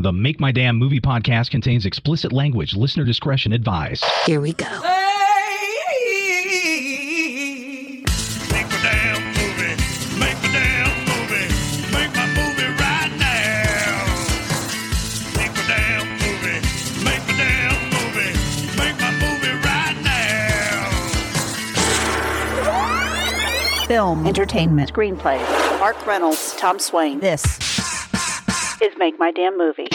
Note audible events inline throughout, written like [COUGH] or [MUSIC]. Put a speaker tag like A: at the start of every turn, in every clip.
A: The Make My Damn Movie podcast contains explicit language. Listener discretion advised.
B: Here we go.
C: Make my damn movie. Make my damn movie. Make my movie right now. Make my damn movie. Make my damn movie. Make my movie right now.
D: Film,
B: Entertainment.
D: screenplay, Mark Reynolds, Tom Swain.
B: This
D: is Make My Damn Movie.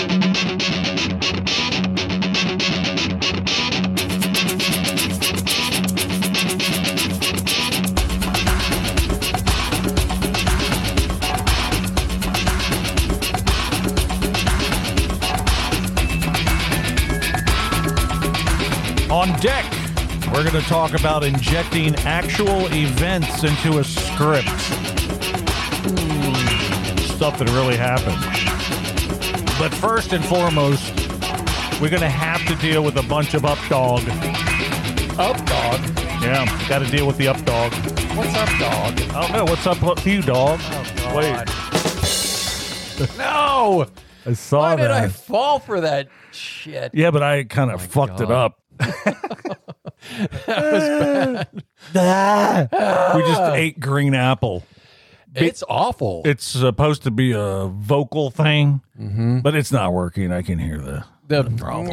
E: On deck, we're going to talk about injecting actual events into a script. Hmm, Stuff that really happened. But first and foremost, we're going to have to deal with a bunch of updog. Updog? Yeah, got to deal with the updog. What's updog? I don't know. What's up with you, dog?
F: Oh,
E: [LAUGHS]
F: No!
E: Wait, I saw
F: Why
E: that.
F: did I fall for that shit?
E: yeah, but I kind of fucked it up. that was bad. we just ate green apple.
F: It's awful.
E: it's supposed to be a vocal thing, but it's not working. I can hear the.
F: the
E: [LAUGHS]
F: problem.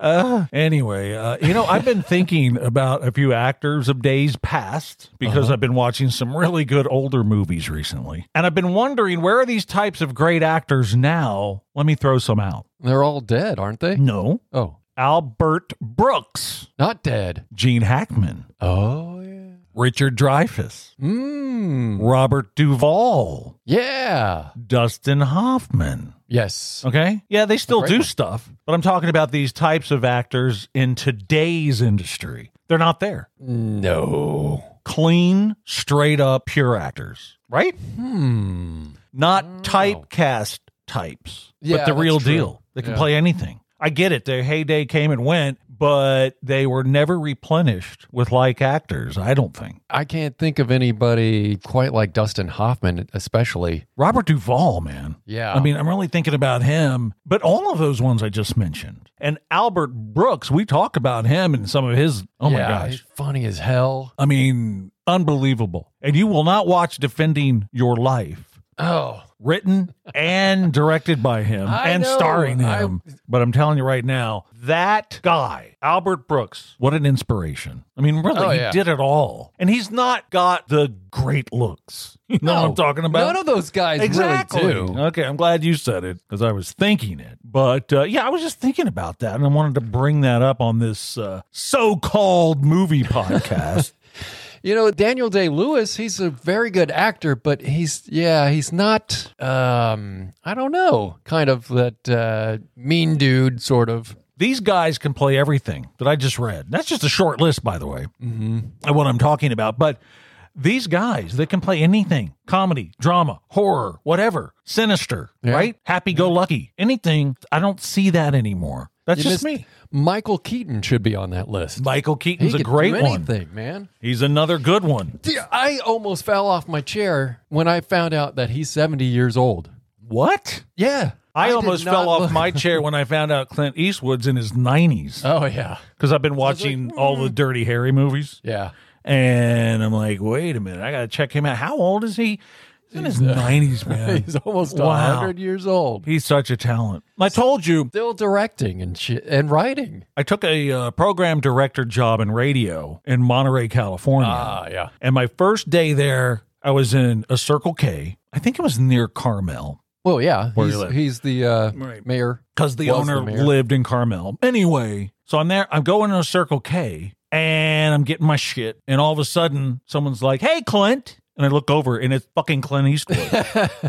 E: Uh, anyway, uh, you know, I've been thinking about a few actors of days past because I've been watching some really good older movies recently. And I've been wondering where are these types of great actors now? Let me throw some out.
F: They're all dead, aren't they?
E: No.
F: Oh,
E: Albert Brooks,
F: not dead.
E: Gene Hackman,
F: Oh, yeah.
E: Richard Dreyfuss,
F: Mmm.
E: Robert Duvall,
F: Yeah.
E: Dustin Hoffman.
F: Yes.
E: Okay. Yeah, they still
F: Great
E: do
F: one.
E: stuff, but I'm talking about these types of actors in today's industry. They're not there.
F: No.
E: Clean, straight up, pure actors, right?
F: Hmm.
E: Not
F: Wow.
E: typecast types,
F: Yeah,
E: but the
F: that's
E: real
F: true.
E: deal. They can
F: Yeah.
E: play anything. I get it. Their heyday came and went, but they were never replenished with like actors, I don't think.
F: I can't think of anybody quite like Dustin Hoffman, especially.
E: Robert Duvall, man.
F: Yeah.
E: I mean, I'm really thinking about him, but all of those ones I just mentioned. And Albert Brooks, we talk about him and some of his, oh my
F: Yeah,
E: gosh.
F: he's funny as hell.
E: I mean, unbelievable. And you will not watch Defending Your Life,
F: Oh,
E: written
F: [LAUGHS]
E: and directed by him
F: I
E: and
F: know.
E: starring
F: I-
E: him. but I'm telling you right now, that guy, Albert Brooks, what an inspiration. I mean, really,
F: Oh,
E: he
F: yeah.
E: did it all. And he's not got the great looks. You know what I'm talking about?
F: None of those guys really do.
E: Okay, I'm glad you said it because I was thinking it. But uh, yeah, I was just thinking about that, and I wanted to bring that up on this uh, so-called movie podcast.
F: [LAUGHS] You know, Daniel Day Lewis, he's a very good actor, but he's yeah, he's not um I don't know, kind of that uh mean dude sort of.
E: These guys can play everything that I just read. That's just a short list, by the way,
F: Mm-hmm.
E: of what I'm talking about. But these guys, they can play anything comedy, drama, horror, whatever, sinister,
F: Yeah.
E: right? Happy go lucky, anything. I don't see that anymore. That's
F: You
E: just
F: missed-
E: me.
F: Michael Keaton should be on that list.
E: Michael Keaton's
F: he
E: a
F: could
E: great
F: do
E: one.
F: anything, man.
E: He's another good one.
F: Dude, I almost fell off my chair when I found out that he's 70 years old.
E: What?
F: Yeah.
E: I,
F: did
E: almost
F: not
E: fell off
F: look-
E: my chair when I found out Clint Eastwood's in his 90s
F: [LAUGHS] Oh yeah.
E: because I've been watching all the Dirty Harry movies.
F: hmm. Yeah.
E: And I'm like, wait a minute, I got to check him out. How old is he? He's in his 90s, man.
F: uh, [LAUGHS] He's almost
E: Wow.
F: 100 years old.
E: He's such a talent. I told you,
F: Still directing and shit and writing.
E: I took a uh, program director job in radio in Monterey, California.
F: Ah, yeah.
E: And my first day there, I was in a Circle K. I think it was near Carmel.
F: Well, yeah.
E: Where you
F: He's,
E: live.
F: he's the uh,
E: Right.
F: mayor.
E: because the
F: Was the
E: owner
F: mayor.
E: lived in Carmel. Anyway, so I'm there. I'm going to a Circle K, and I'm getting my shit. And all of a sudden, someone's like, "Hey, Clint." And I look over, and it's fucking Clint
F: [LAUGHS]
E: Eastwood,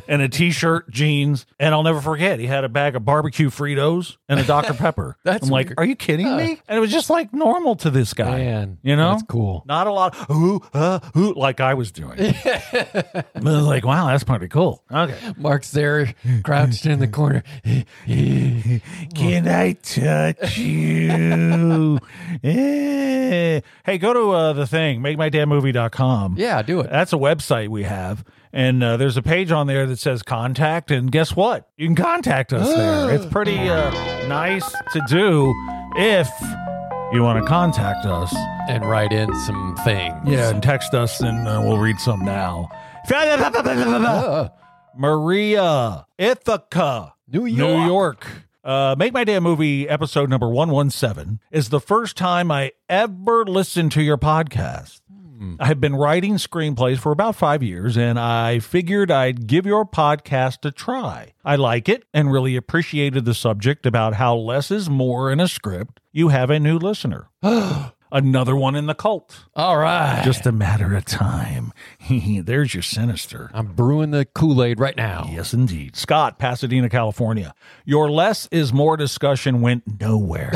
E: and a t-shirt, jeans, and I'll never forget. He had a bag of barbecue Fritos and
F: [LAUGHS]
E: a Dr Pepper.
F: That's
E: I'm like,
F: weird.
E: are you kidding
F: Huh.
E: me? And it was just like normal to this guy,
F: Man,
E: you know,
F: that's cool.
E: Not a lot, ooh, uh, ooh, like I
F: [LAUGHS]
E: was doing. I was like, wow, that's pretty cool. Okay,
F: Mark's there,
E: [LAUGHS]
F: crouched in the corner. [LAUGHS]
E: Can I touch [LAUGHS] you? Eh. Hey, go to uh, the thing, makemydamnmovie.com.
F: yeah, do it.
E: That's a website we have, and uh, there's a page on there that says contact. And guess what? You can contact us [GASPS] there. It's pretty uh, nice to do if you want to contact us.
F: and write in some things.
E: Yeah, and text us, and uh, we'll read some
F: [LAUGHS]
E: now.
F: Uh,
E: Maria Ithaca.
F: New York.
E: New York. Uh, Make My Damn Movie episode number 117 is the first time I ever listened to your podcast.
F: Hmm.
E: I've been writing screenplays for about five years, and I figured I'd give your podcast a try. I like it and really appreciated the subject about how less is more in a script. You have a new
F: [GASPS]
E: listener, another one in the cult.
F: All right.
E: Just a matter of time. [LAUGHS] There's your sinister.
F: I'm brewing the Kool Aid right now.
E: Yes, indeed. Scott, Pasadena, California. Your less is more discussion went nowhere.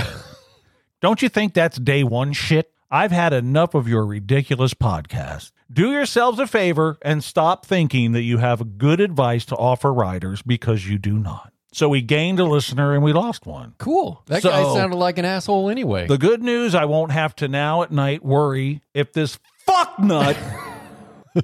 E: Don't you think that's day one shit? I've had enough of your ridiculous podcast. Do yourselves a favor and stop thinking that you have good advice to offer writers because you do not. So we gained a listener and we lost one.
F: Cool. That
E: So-
F: guy sounded like an asshole anyway.
E: The good news I won't have to now at night worry if this
F: [LAUGHS]
E: fucknut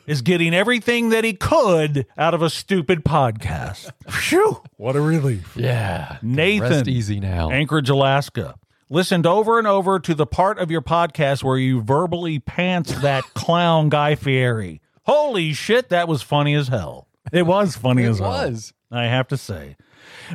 E: is getting everything that he could out of a stupid podcast. Phew. What a relief.
F: yeah.
E: Nathan.
F: Rest easy now.
E: Anchorage, Alaska. Listened over and over to the part of your podcast where you verbally pants that
F: [LAUGHS]
E: clown Guy Fieri. Holy shit, that was funny as hell. [LAUGHS] It was funny
F: It
E: as
F: was.
E: hell. I have to say.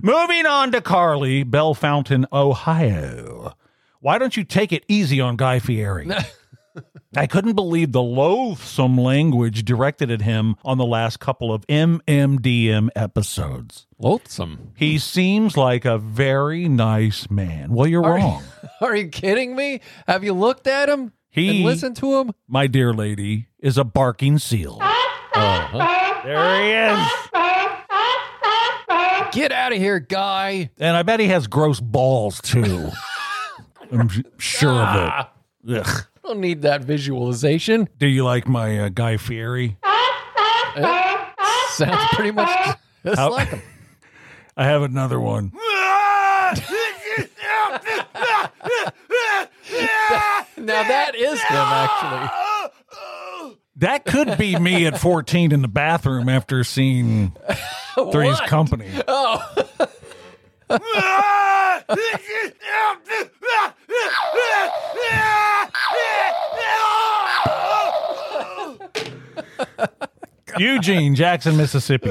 E: Moving on to Carly, Bell Fountain, Ohio. Why don't you take it easy on Guy Fieri?
F: [LAUGHS]
E: I couldn't believe the loathsome language directed at him on the last couple of MMDM episodes.
F: Loathsome. [LAUGHS]
E: He seems like a very nice man. Well, you're wrong.
F: Are you kidding me? Have you looked at him?
E: He-
F: and listened to him?
E: My dear lady is a barking seal. Uh-huh. There he is.
F: Get out of here, guy.
E: And I bet he has gross balls too. [LAUGHS] I'm s- sure of it. Ah. Ugh.
F: I don't need that visualization.
E: Do you like my uh, Guy Fieri?
F: Sounds pretty much
E: [LAUGHS]
F: just
E: How-
F: like him.
E: I have another one.
F: Now that is him, actually.
E: [LAUGHS] That could be me at 14 in the bathroom after seeing Three's
F: What?
E: Company. Eugene, Jackson, Mississippi.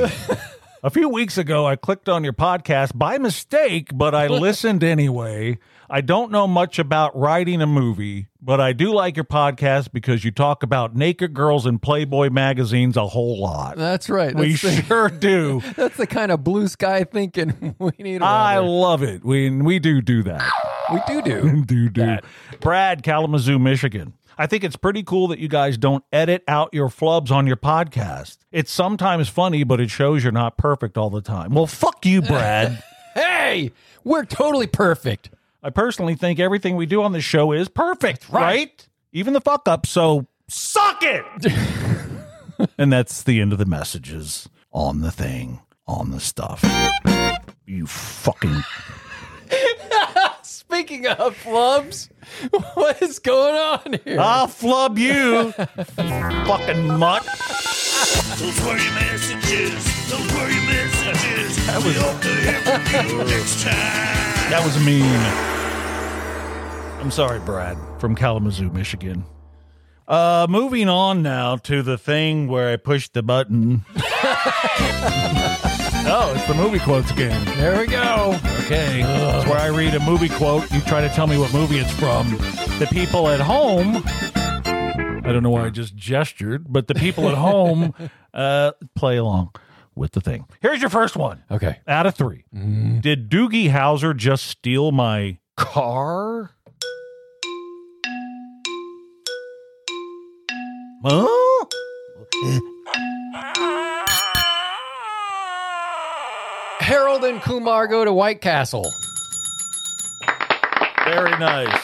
E: A few weeks ago, I clicked on your podcast by mistake, but [LAUGHS] I listened anyway. I don't know much about writing a movie, but I do like your podcast because you talk about naked girls in Playboy magazines a whole lot.
F: That's right. That's,
E: we
F: the,
E: sure [LAUGHS] do.
F: that's the kind of blue sky thinking [LAUGHS] we need.
E: I
F: around
E: love it. We we do do that.
F: here. we do do.
E: do do. Brad, Kalamazoo, Michigan. I think it's pretty cool that you guys don't edit out your flubs on your podcast. It's sometimes funny, but it shows you're not perfect all the time. Well, fuck you, [LAUGHS] Brad.
F: Hey, we're totally perfect.
E: I personally think everything we do on this show is perfect, right? Even the fuck up, so suck [LAUGHS] it. and that's the end of the messages on the thing, on the stuff. You fucking
F: Speaking of flubs, [LAUGHS] what is going on here?
E: I'll flub you, fucking mutt.
C: Those were your messages. Those were your messages. we hope to hear from you next time.
E: That was mean. I'm sorry, Brad, from Kalamazoo, Michigan. Uh, moving on now to the thing where I pushed the button. oh, it's the movie quotes game.
F: there we go.
E: Okay. It's where I read a movie quote. You try to tell me what movie it's from. The people at home, I don't know why I just gestured, but the people at home uh, play along with the thing. Here's your first one
F: Okay.
E: out of three. Did Doogie Howser just steal my car? Huh?
F: Harold and Kumar go to White Castle.
E: Very nice.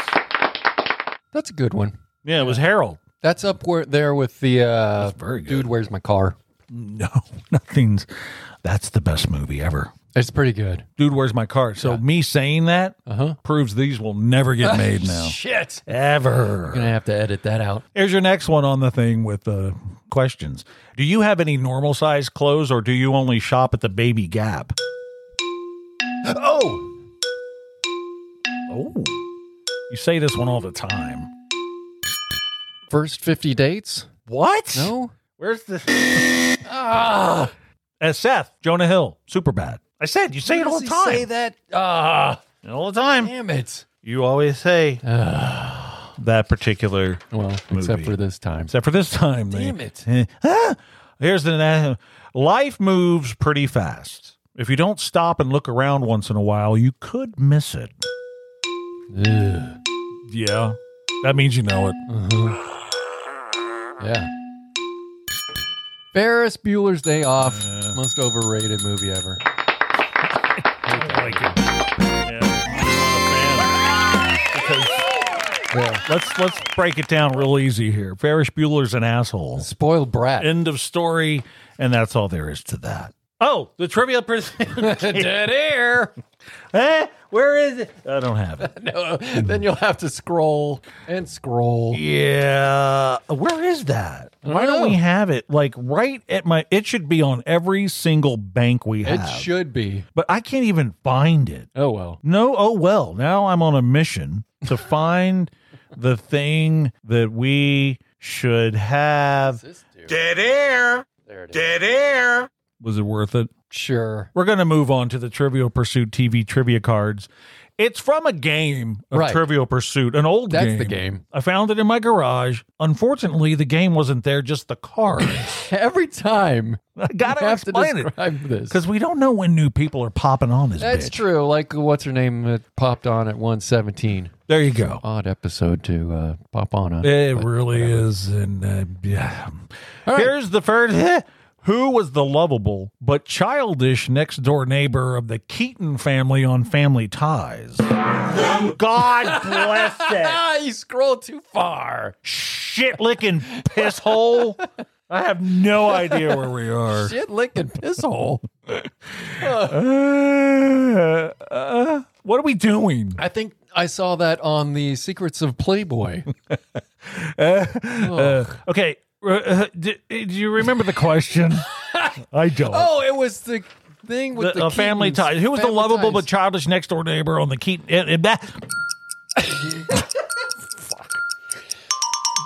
F: That's a good one.
E: Yeah, it was Harold.
F: That's up where there with the uh,
E: very good.
F: dude. Where's my car?
E: No, [LAUGHS] nothing's. That's the best movie ever.
F: It's pretty good.
E: Dude, where's my car? So me saying that
F: Uh-huh.
E: proves these will never get made [LAUGHS] now.
F: Shit.
E: Ever.
F: Gonna have to edit that out.
E: Here's your next one on the thing with uh, questions. Do you have any normal size clothes or do you only shop at the Baby Gap?
F: Oh,
E: Oh, you say this one all the time.
F: first 50 dates?
E: What?
F: No?
E: Where's the.
F: Ah,
E: As Seth, Jonah Hill, super bad. I said, you say it all the time.
F: Say that. Ah,
E: All the time.
F: damn it.
E: You
F: [SIGHS]
E: always say that particular.
F: Well, except for this time.
E: Except for this time.
F: Damn
E: they-
F: it.
E: Eh, ah! Here's the. na- Life moves pretty fast. If you don't stop and look around once in a while, you could miss it.
F: Ugh.
E: Yeah. That means you know it.
F: Yeah. Ferris Bueller's Day Off, most overrated movie ever.
E: I like it.
F: Yeah.
E: Let's let's break it down real easy here. Ferris Bueller's an asshole.
F: Spoiled brat.
E: End of story, and that's all there is to that. Oh, the trivia [LAUGHS] person.
F: Dead air.
E: eh, where is it? I don't have it.
F: No, [LAUGHS] then you'll have to scroll and scroll.
E: Yeah, where is that? Why don't
F: know.
E: we have it? Like right at my. It should be on every single bank we have.
F: It should be.
E: but I can't even find it.
F: Oh well.
E: No, oh well. Now I'm on a mission
F: [LAUGHS]
E: to find the thing that we should have.
C: Dead air. Dead air.
E: Was it worth it?
F: Sure.
E: We're going to move on to the Trivial Pursuit TV trivia cards. It's from a game of
F: Right.
E: Trivial Pursuit, an old
F: That's
E: game.
F: the game.
E: I found it in my garage. Unfortunately, the game wasn't there, just the cards.
F: [LAUGHS]
E: [LAUGHS]
F: Every time
E: I got
F: you
E: to
F: have to
E: explain it
F: describe this.
E: because we don't know when new people are popping on this
F: That's
E: bitch.
F: true. Like what's her name that popped on at 117.
E: There you go.
F: Odd episode to uh, pop on on.
E: It really is, and uh, yeah.
F: right.
E: Here's the first. [LAUGHS] Who was the lovable but childish next door neighbor of the Keaton family on Family Ties?
F: [LAUGHS]
E: God bless that
F: Ah, you scroll too far.
E: shit licking piss hole. I have no idea where we are.
F: Shit licking pisshole.
E: Uh, uh, what are we doing?
F: I think I saw that on the Secrets of Playboy.
E: Okay. uh, Uh, do, do you remember the question? [LAUGHS] I don't.
F: Oh, it was the thing with the,
E: the, a family
F: Keatons.
E: ties. Who was the
F: Family
E: lovable
F: Ties.
E: but childish next door neighbor on the Keaton? And, and that,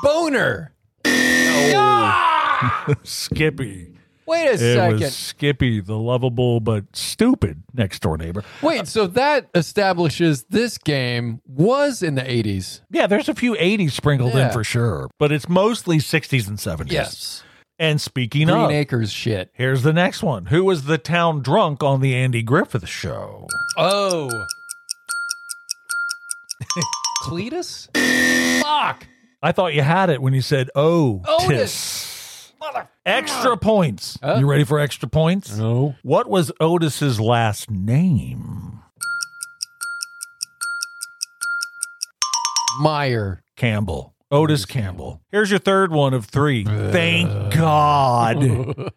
F: boner?
E: Skippy.
F: Wait a
E: It
F: second.
E: was Skippy, the lovable but stupid next door neighbor.
F: Wait, so that establishes this game was in the 80s.
E: Yeah, there's a few 80s sprinkled
F: Yeah.
E: in for sure, but it's mostly 60s and 70s. And speaking
F: Green
E: of,
F: Acres shit.
E: here's the next one. Who was the town drunk on the Andy Griffith show?
F: Oh. [LAUGHS] Cletus? Fuck.
E: I thought you had it when you said, oh,
F: Otis.
E: tis. Extra points.
F: Huh?
E: You ready for extra points?
F: No.
E: What was Otis's last name?
F: Meyer.
E: Campbell. Otis Campbell. Uh. Here's your third one of three. Thank [LAUGHS] God.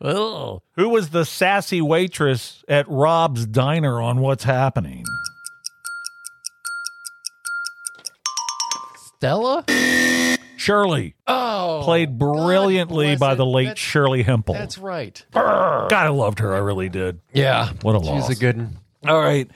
F: Oh.
E: Who was the sassy waitress at Rob's Diner on What's Happening?
F: Stella?
E: Shirley,
F: Oh.
E: played brilliantly
F: God bless
E: by the
F: it.
E: late
F: That's-
E: Shirley Hempel.
F: That's right.
E: God, I loved her. I really did.
F: Yeah.
E: What a
F: She's
E: loss.
F: a good one.
E: All right.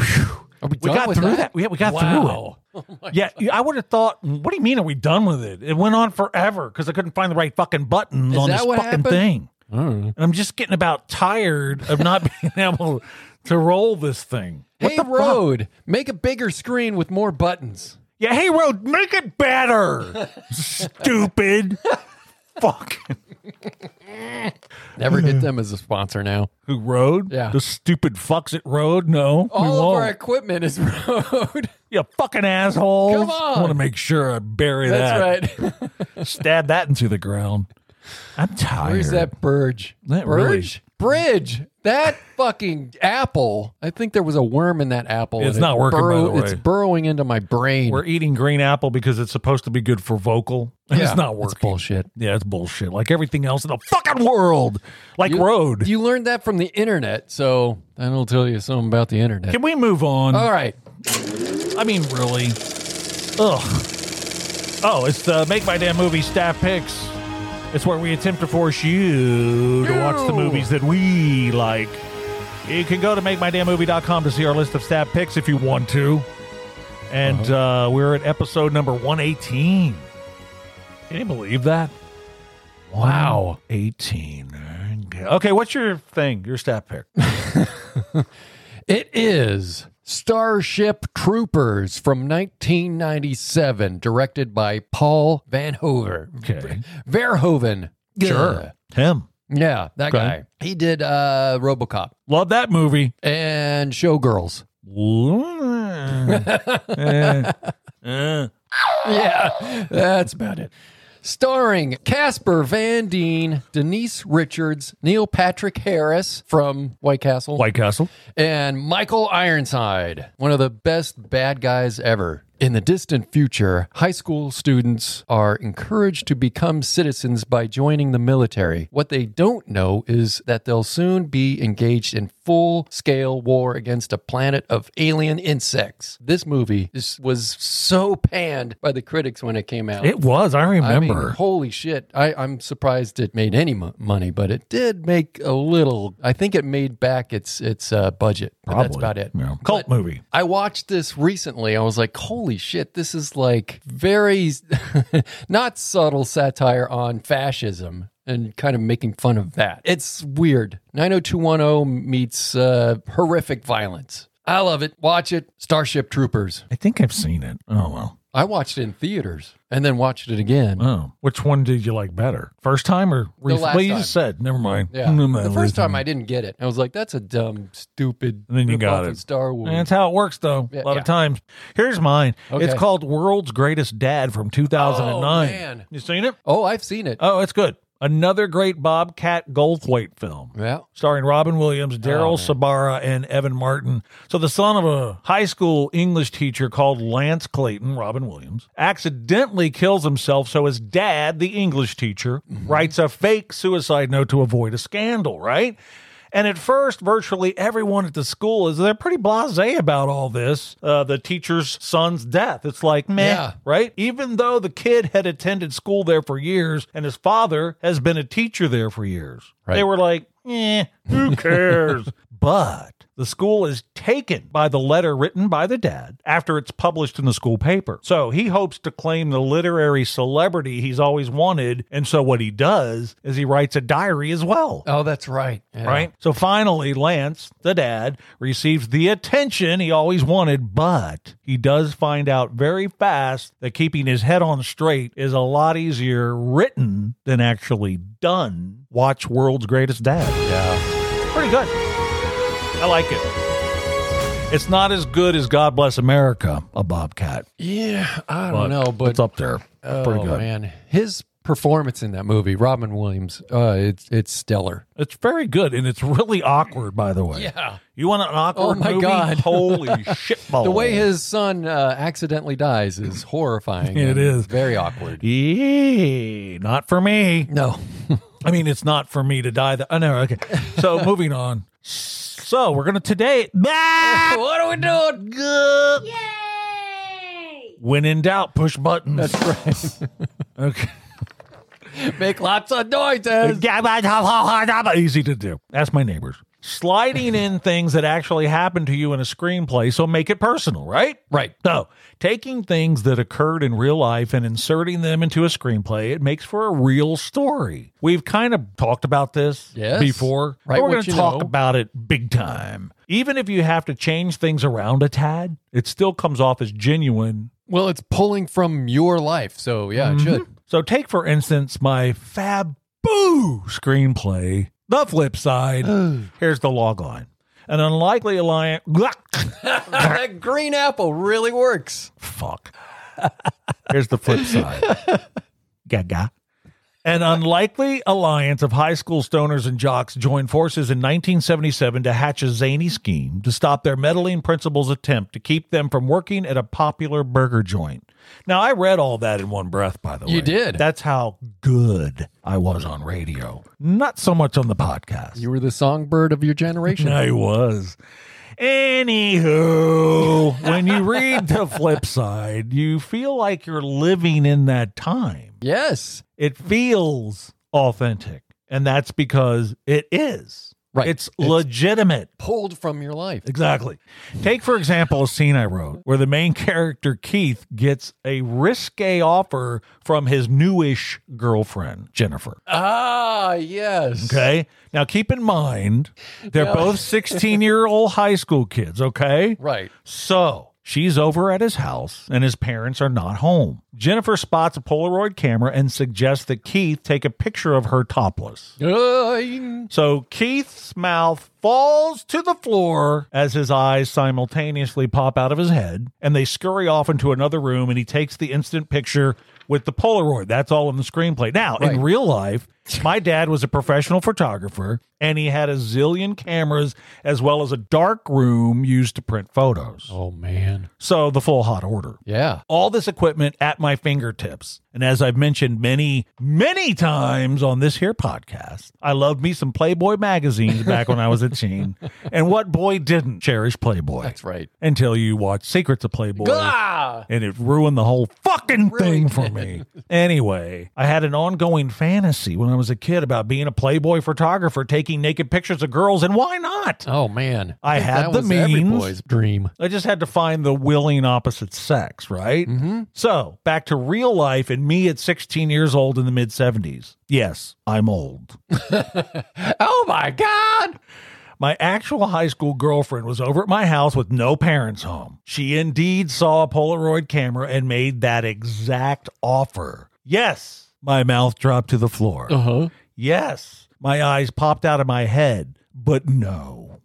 F: Are we,
E: We
F: done
E: got
F: with
E: through that. We, we got
F: Wow. [LAUGHS] Oh
E: through it. yeah, I would have thought, what do you mean are we done with it? It went on forever because I couldn't find the right fucking buttons
F: Is
E: on
F: that
E: this
F: what
E: fucking
F: happened?
E: thing. And I'm just getting about tired of not [LAUGHS] being able to roll this thing. What
F: Hey,
E: the fuck?
F: Road, make a bigger screen with more buttons.
E: Yeah, hey, Road, make it
F: [LAUGHS]
E: better. Stupid. Fuck.
F: Never
E: Mm-hmm.
F: get them as a sponsor now.
E: Who, Road?
F: Yeah.
E: The stupid fucks at Road? No. we
F: All of
E: won't.
F: our equipment is [LAUGHS] Road.
E: You fucking assholes.
F: Come on.
E: I want to make sure I bury that.
F: That's
E: [LAUGHS]
F: right.
E: Stab that into the ground. I'm tired.
F: Where's that Burge?
E: That really-
F: Burge? Bridge. That fucking apple. I think there was a worm in that apple.
E: It's
F: and it
E: not working, by the way.
F: It's burrowing into my brain.
E: We're eating green apple because it's supposed to be good for vocal. And
F: Yeah,
E: it's not
F: That's
E: working.
F: bullshit.
E: yeah, it's bullshit. Like everything else in the fucking world. Like Road.
F: You learned that from the internet, so that'll tell you something about the internet.
E: Can we move on?
F: All right.
E: I mean, really. Ugh. Oh, it's the Make My Damn Movie staff picks. It's where we attempt to force you to watch the movies that we like. You can go to makemydamnmovie.com to see our list of stab picks if you want to. And uh, we're at episode number 118. Can you believe that?
F: Wow.
E: 18. Okay, what's your thing, your stab pick?
F: It is Starship Troopers from 1997, directed by Paul Van Hover.
E: Okay.
F: Verhoeven. Yeah.
E: Him.
F: Yeah, that
E: Okay.
F: guy. He did uh, Robocop
E: Love that movie.
F: and Showgirls.
E: Eh. Eh.
F: yeah, that's about it. Starring Casper Van Deen, Denise Richards, Neil Patrick Harris from White Castle,
E: White Castle.
F: and Michael Ironside, one of the best bad guys ever. In the distant future, high school students are encouraged to become citizens by joining the military. What they don't know is that they'll soon be engaged in full scale war against a planet of alien insects. This movie is, was so panned by the critics when it came out.
E: It was. I
F: I mean,
E: remember.
F: holy shit. I, I'm surprised it made any mo- money, but it did make a little. I think it made back its its uh, budget. but That's
E: Probably.
F: about it.
E: Yeah. Cult movie.
F: I watched this recently. I was like, holy shit, this is like very [LAUGHS] not subtle satire on fascism and kind of making fun of that. It's weird. 90210 meets uh, horrific violence. I love it. Watch it. Starship Troopers.
E: I think I've seen it. Oh well.
F: I watched it in theaters and then watched it again.
E: Oh, which one did you like better? First time or re-
F: last
E: well, you
F: time.
E: just said. Never mind.
F: Yeah.
E: No
F: the
E: matter.
F: first time I didn't get it. I was like, that's a dumb, stupid
E: And then you got
F: ripoff of
E: it.
F: Star Wars.
E: That's how it works, though.
F: Yeah,
E: a lot
F: yeah.
E: of times. Here's mine. It's
F: Okay.
E: called World's Greatest Dad from 2009.
F: Oh, man.
E: You seen it?
F: oh, I've seen it.
E: Oh, it's good. Another great Bobcat Goldthwait film.
F: yeah. Oh,
E: starring Robin Williams, Daryl
F: man.
E: Sabara, and Evan Martin. So the son of a high school English teacher called Lance Clayton, Robin Williams, accidentally kills himself so his dad, the English teacher,
F: Mm-hmm.
E: writes a fake suicide note to avoid a scandal, right? And at first, virtually everyone at the school is they're pretty blasé about all this. Uh, the teacher's son's death. It's like, meh,
F: Yeah.
E: right? Even though the kid had attended school there for years and his father has been a teacher there for years.
F: Right.
E: They were like, eh, who cares? but the school is taken by the letter written by the dad after it's published in the school paper. So he hopes to claim the literary celebrity he's always wanted. And so what he does is he writes a diary as well.
F: Oh, that's right. Yeah.
E: Right? So finally, Lance, the dad, receives the attention he always wanted, but he does find out very fast that keeping his head on straight is a lot easier written than actually done. Watch World's Greatest Dad.
F: Yeah.
E: Pretty good. I like it. It's not as good as God Bless America, a Bobcat.
F: Yeah. I don't
E: but
F: know, but
E: it's up there. Pretty
F: oh,
E: good.
F: man, his performance in that movie, Robin Williams, uh, it's it's stellar.
E: It's very good, and it's really awkward, by the way.
F: Yeah.
E: You want an awkward
F: Oh, my
E: movie?
F: God. [LAUGHS]
E: Holy shitballs.
F: The way his son uh, accidentally dies
E: [LAUGHS]
F: is horrifying.
E: It
F: and
E: is.
F: very awkward.
E: Yeah, not for me.
F: No.
E: I mean, it's not for me to die. That I know. Okay, [LAUGHS] so moving on. So we're gonna today. [LAUGHS] Ah!
F: what are we doing?
E: When in doubt, push buttons.
F: That's right.
E: okay.
F: Make lots of noises.
E: Easy to do. Ask my neighbors. Sliding [LAUGHS] in things that actually happen to you in a screenplay, so make it personal, right?
F: Right.
E: No, taking things that occurred in real life and inserting them into a screenplay, it makes for a real story. We've kind of talked about this
F: Yes.
E: before. but
F: Write
E: we're
F: what
E: going to
F: you
E: talk
F: know.
E: about it big time. Even if you have to change things around a tad, it still comes off as genuine.
F: Well, it's pulling from your life, so yeah,
E: Mm-hmm.
F: it should.
E: So take for instance my Fab Boo screenplay, The Flip Side. Here's the log line. An unlikely alliance. [LAUGHS]
F: that green apple really works.
E: Fuck. Here's the flip side. Gaga. An unlikely alliance of high school stoners and jocks joined forces in 1977 to hatch a zany scheme to stop their meddling principal's attempt to keep them from working at a popular burger joint. Now, I read all that in one breath, by the way.
F: You did.
E: That's how good I was on radio. Not so much on the podcast.
F: You were the songbird of your generation.
E: I was. Anywho, when
F: [LAUGHS]
E: you read the flip side, you feel like you're living in that time.
F: Yes.
E: It feels authentic. And that's because it is.
F: Right.
E: It's,
F: It's-
E: legitimate.
F: Pulled from your life.
E: Exactly. Take, for example, a scene I wrote where the main character, Keith, gets a risque offer from his newish girlfriend, Jennifer.
F: Ah, yes.
E: Okay. Now keep in mind, they're
F: Yeah.
E: both 16 year old high school kids. Okay.
F: Right.
E: So she's over at his house and his parents are not home. Jennifer spots a Polaroid camera and suggests that Keith take a picture of her topless.
F: Uh,
E: So Keith's mouth falls to the floor as his eyes simultaneously pop out of his head and they scurry off into another room and he takes the instant picture with the Polaroid. That's all in the screenplay. Now,
F: Right.
E: in real life, my dad was a professional photographer and he had a zillion cameras as well as a dark room used to print photos.
F: oh, man.
E: So the full hot order.
F: Yeah.
E: All this equipment at my fingertips. And as I've mentioned many, many times on this here podcast, I loved me some Playboy magazines back when
F: [LAUGHS]
E: I was a teen. And what boy didn't cherish Playboy?
F: That's right.
E: Until you watch Secrets of Playboy
F: Ah!
E: and it ruined the whole fucking
F: Really
E: thing for me. anyway, I had an ongoing fantasy when I was a kid about being a Playboy photographer, taking naked pictures of girls, and why not?
F: Oh, man.
E: I
F: think
E: had
F: that
E: the
F: was every
E: means.
F: boy's dream.
E: I just had to find the willing opposite sex, right?
F: Mm-hmm.
E: So back to real life and me at 16 years old in the mid 70s. Yes, I'm old.
F: [LAUGHS] Oh, my God.
E: My actual high school girlfriend was over at my house with no parents home. She indeed saw a Polaroid camera and made that exact offer. Yes, my mouth dropped to the floor.
F: Uh-huh.
E: Yes, my eyes popped out of my head, but no.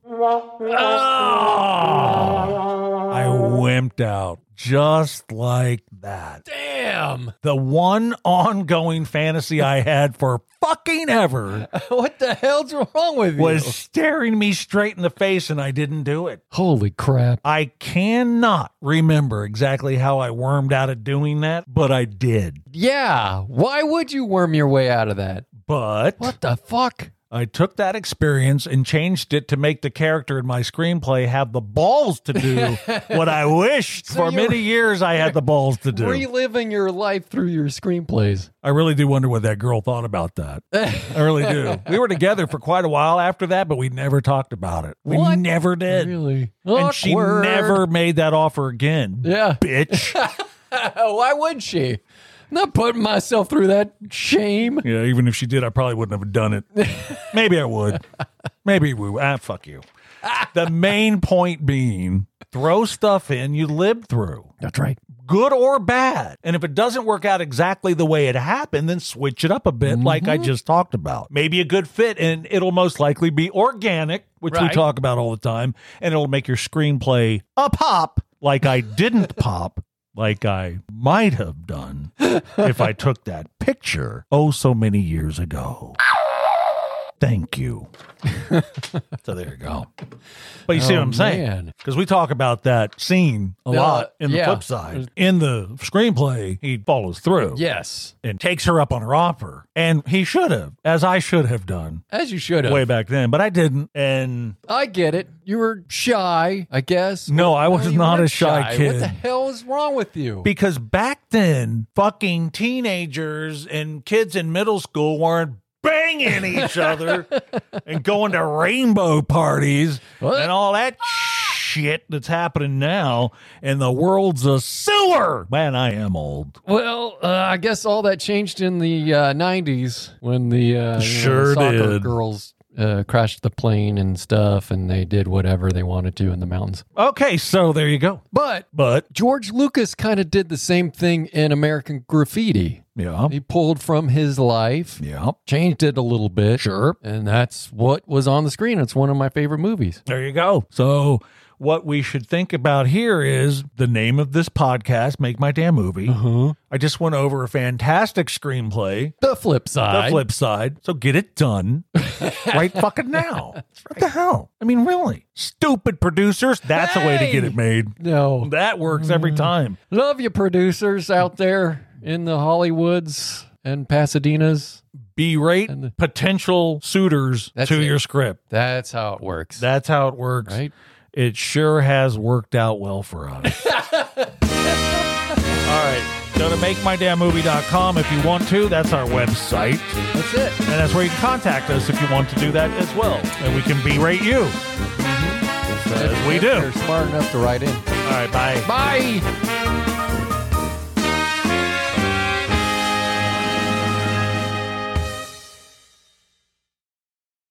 E: Oh, I wimped out just like that.
F: Damn. [LAUGHS]
E: the one ongoing fantasy I had for fucking ever
F: What the hell's wrong with you?
E: was staring me straight in the face and I didn't do it.
F: Holy crap.
E: I cannot remember exactly how I wormed out of doing that, but I did.
F: Yeah. Why would you worm your way out of that?
E: But
F: What the fuck?
E: I took that experience and changed it to make the character in my screenplay have the balls
F: [LAUGHS]
E: to do what I wished.
F: So
E: for
F: you're-
E: many years, I had the balls
F: [LAUGHS]
E: to do.
F: Reliving your life through your screenplays.
E: I really do wonder what that girl thought
F: [LAUGHS]
E: about that. I really do. We were together for quite a while after that, but we never talked about it. We
F: What?
E: never did.
F: Really?
E: And she
F: Awkward.
E: never made that offer again.
F: Yeah.
E: Bitch.
F: [LAUGHS] Why would she? Not putting myself through that shame.
E: yeah, even if she did, I probably wouldn't have done it. Maybe I would. Maybe we would. Ah,
F: [LAUGHS]
E: fuck you. The main point being throw stuff in you lived through,
F: That's right.
E: good or bad. And if it doesn't work out exactly the way it happened, then switch it up a bit, like
F: Mm-hmm.
E: I just talked about. Maybe a good fit, and it'll most likely be organic, which we
F: Right.
E: talk about all the time, and it'll make your screenplay a pop, like I didn't [LAUGHS] pop, like I might
F: [LAUGHS]
E: have done if I took that picture oh so many years ago. Thank
F: [LAUGHS]
E: you. so there you go. But you see
F: Oh,
E: what I'm saying?
F: man.
E: Because we talk about that scene a
F: Uh,
E: lot in the
F: yeah.
E: flip side. In the screenplay, he follows through
F: Yes.
E: and takes her up on her offer. And he should have, as I should have done
F: As you should have.
E: way back then, but I didn't. And
F: I get it. You were shy, I guess.
E: No, I was
F: you
E: not
F: weren't
E: a shy
F: What
E: kid.
F: the hell is wrong with you?
E: because back then, fucking teenagers and kids in middle school weren't banging
F: [LAUGHS]
E: each other and going to rainbow parties
F: What?
E: and all that shit that's happening now. And the world's a sewer. Man, I am old.
F: well, uh, I guess all that changed in the uh, 90s when the uh, you know,
E: Sure
F: soccer
E: did.
F: girls uh, crashed the plane and stuff, and they did whatever they wanted to in the mountains.
E: Okay, so there you go.
F: But
E: But
F: George Lucas kind of did the same thing in American Graffiti.
E: yeah,
F: He pulled from his life,
E: yeah,
F: changed it a little bit.
E: sure.
F: And that's what was on the screen. It's one of my favorite movies.
E: There you go. So what we should think about here is the name of this podcast, Make My Damn Movie.
F: Uh-huh.
E: I just went over a fantastic screenplay.
F: The flip
E: The
F: side.
E: flip side. So get
F: [LAUGHS]
E: it done right fucking now. What the hell? I mean, really? Stupid producers. That's a way to get
F: Hey! Mm-hmm.
E: it made.
F: No.
E: That works every time.
F: Love you, producers out there in the Hollywoods and Pasadenas.
E: Berate
F: And the-
E: potential suitors
F: That's
E: to
F: it.
E: your script.
F: That's how it works.
E: That's how it works.
F: right?
E: It sure has worked out well for us. All right. Go to makemydamnmovie.com if you want to. That's our website.
F: That's it.
E: And that's where you can contact us if you want to do that as well. And we can berate you. As we
F: If
E: do.
F: They're smart enough to write in.
E: All right, bye.
F: Bye.